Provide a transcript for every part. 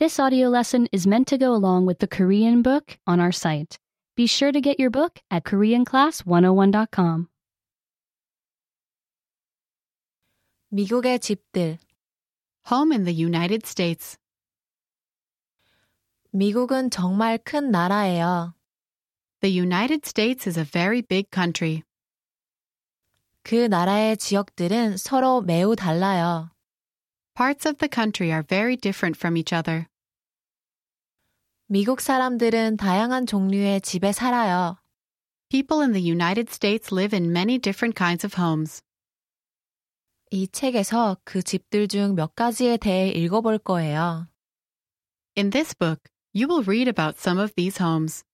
This audio lesson is meant to go along with the Korean book on our site. Be sure to get your book at KoreanClass101.com. 미국의 집들. Home in the United States. 미국은 정말 큰 나라예요. The United States is a very big country. 그 나라의 지역들은 서로 매우 달라요. Parts of the country are very different from each other. 미국 사람들은 다양한 종류의 집에 살아요. People in the United States live in many different kinds of homes. 이 책에서 그 집들 중 몇 가지에 대해 읽어볼 거예요. In this book, you will read about some of these homes.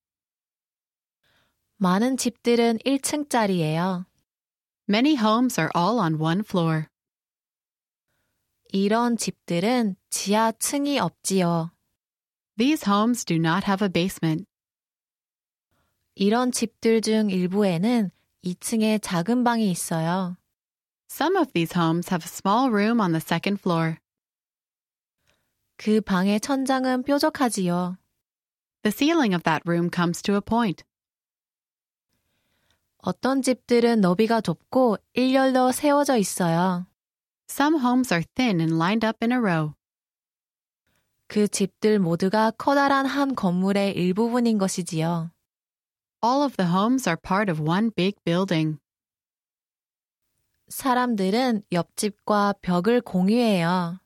많은 집들은 1층짜리예요. Many homes are all on one floor. 이런 집들은 지하층이 없지요. These homes do not have a basement. 이런 집들 중 일부에는 2층에 작은 방이 있어요. Some of these homes have a small room on the second floor. 그 방의 천장은 뾰족하지요. The ceiling of that room comes to a point. 어떤 집들은 너비가 좁고 일렬로 세워져 있어요. Some homes are thin and lined up in a row. 그 집들 모두가 커다란 한 건물의 일부분인 것이지요. All of the homes are part of one big building. 사람들은 옆집과 벽을 공유해요.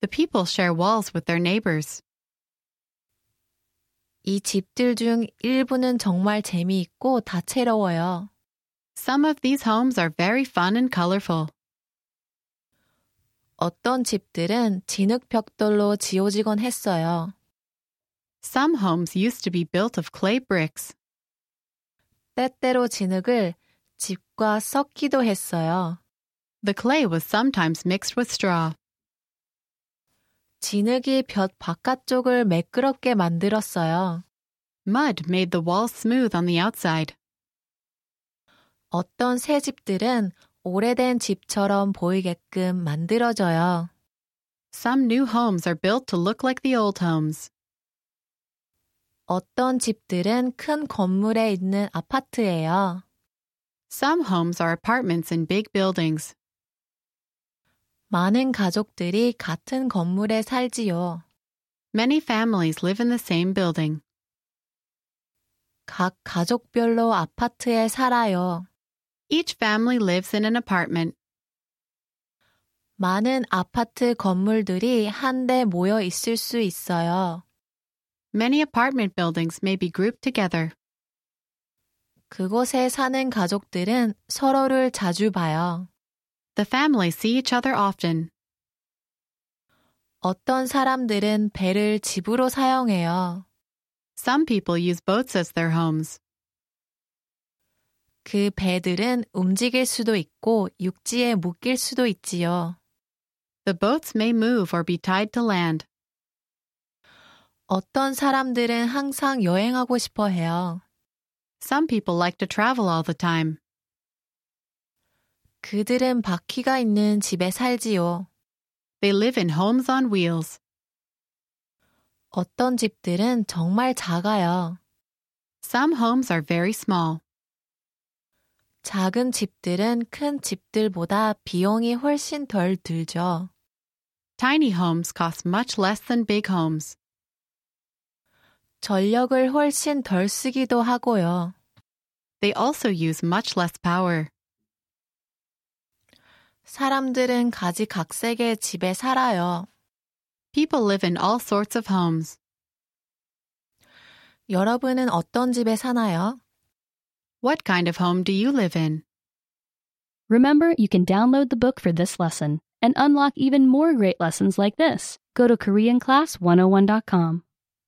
The people share walls with their neighbors. 이 집들 중 일부는 정말 재미있고 다채로워요. Some of these homes are very fun and colorful. 어떤 집들은 진흙벽돌로 지어지곤 했어요. Some homes used to be built of clay bricks. 때때로 진흙을 집과 섞기도 했어요. The clay was sometimes mixed with straw. 진흙이 볕 바깥쪽을 매끄럽게 만들었어요. Mud made the walls smooth on the outside. 어떤 새 집들은 오래된 집처럼 보이게끔 만들어져요. Some new homes are built to look like the old homes. 어떤 집들은 큰 건물에 있는 아파트예요. Some homes are apartments in big buildings. 많은 가족들이 같은 건물에 살지요. Many families live in the same building. 각 가족별로 아파트에 살아요. Each family lives in an apartment. 많은 아파트 건물들이 한데 모여 있을 수 있어요. Many apartment buildings may be grouped together. 그곳에 사는 가족들은 서로를 자주 봐요. The families see each other often. 어떤 사람들은 배를 집으로 사용해요. Some people use boats as their homes. 그 배들은 움직일 수도 있고 육지에 묶일 수도 있지요. The boats may move or be tied to land. 어떤 사람들은 항상 여행하고 싶어 해요. Some people like to travel all the time. 그들은 바퀴가 있는 집에 살지요. They live in homes on wheels. 어떤 집들은 정말 작아요. Some homes are very small. 작은 집들은 큰 집들보다 비용이 훨씬 덜 들죠. Tiny homes cost much less than big homes. 전력을 훨씬 덜 쓰기도 하고요. They also use much less power. 사람들은 가지각색의 집에 살아요. People live in all sorts of homes. 여러분은 어떤 집에 사나요? What kind of home do you live in? Remember, you can download the book for this oh lesson and unlock even more great lessons like this. Go to KoreanClass101.com.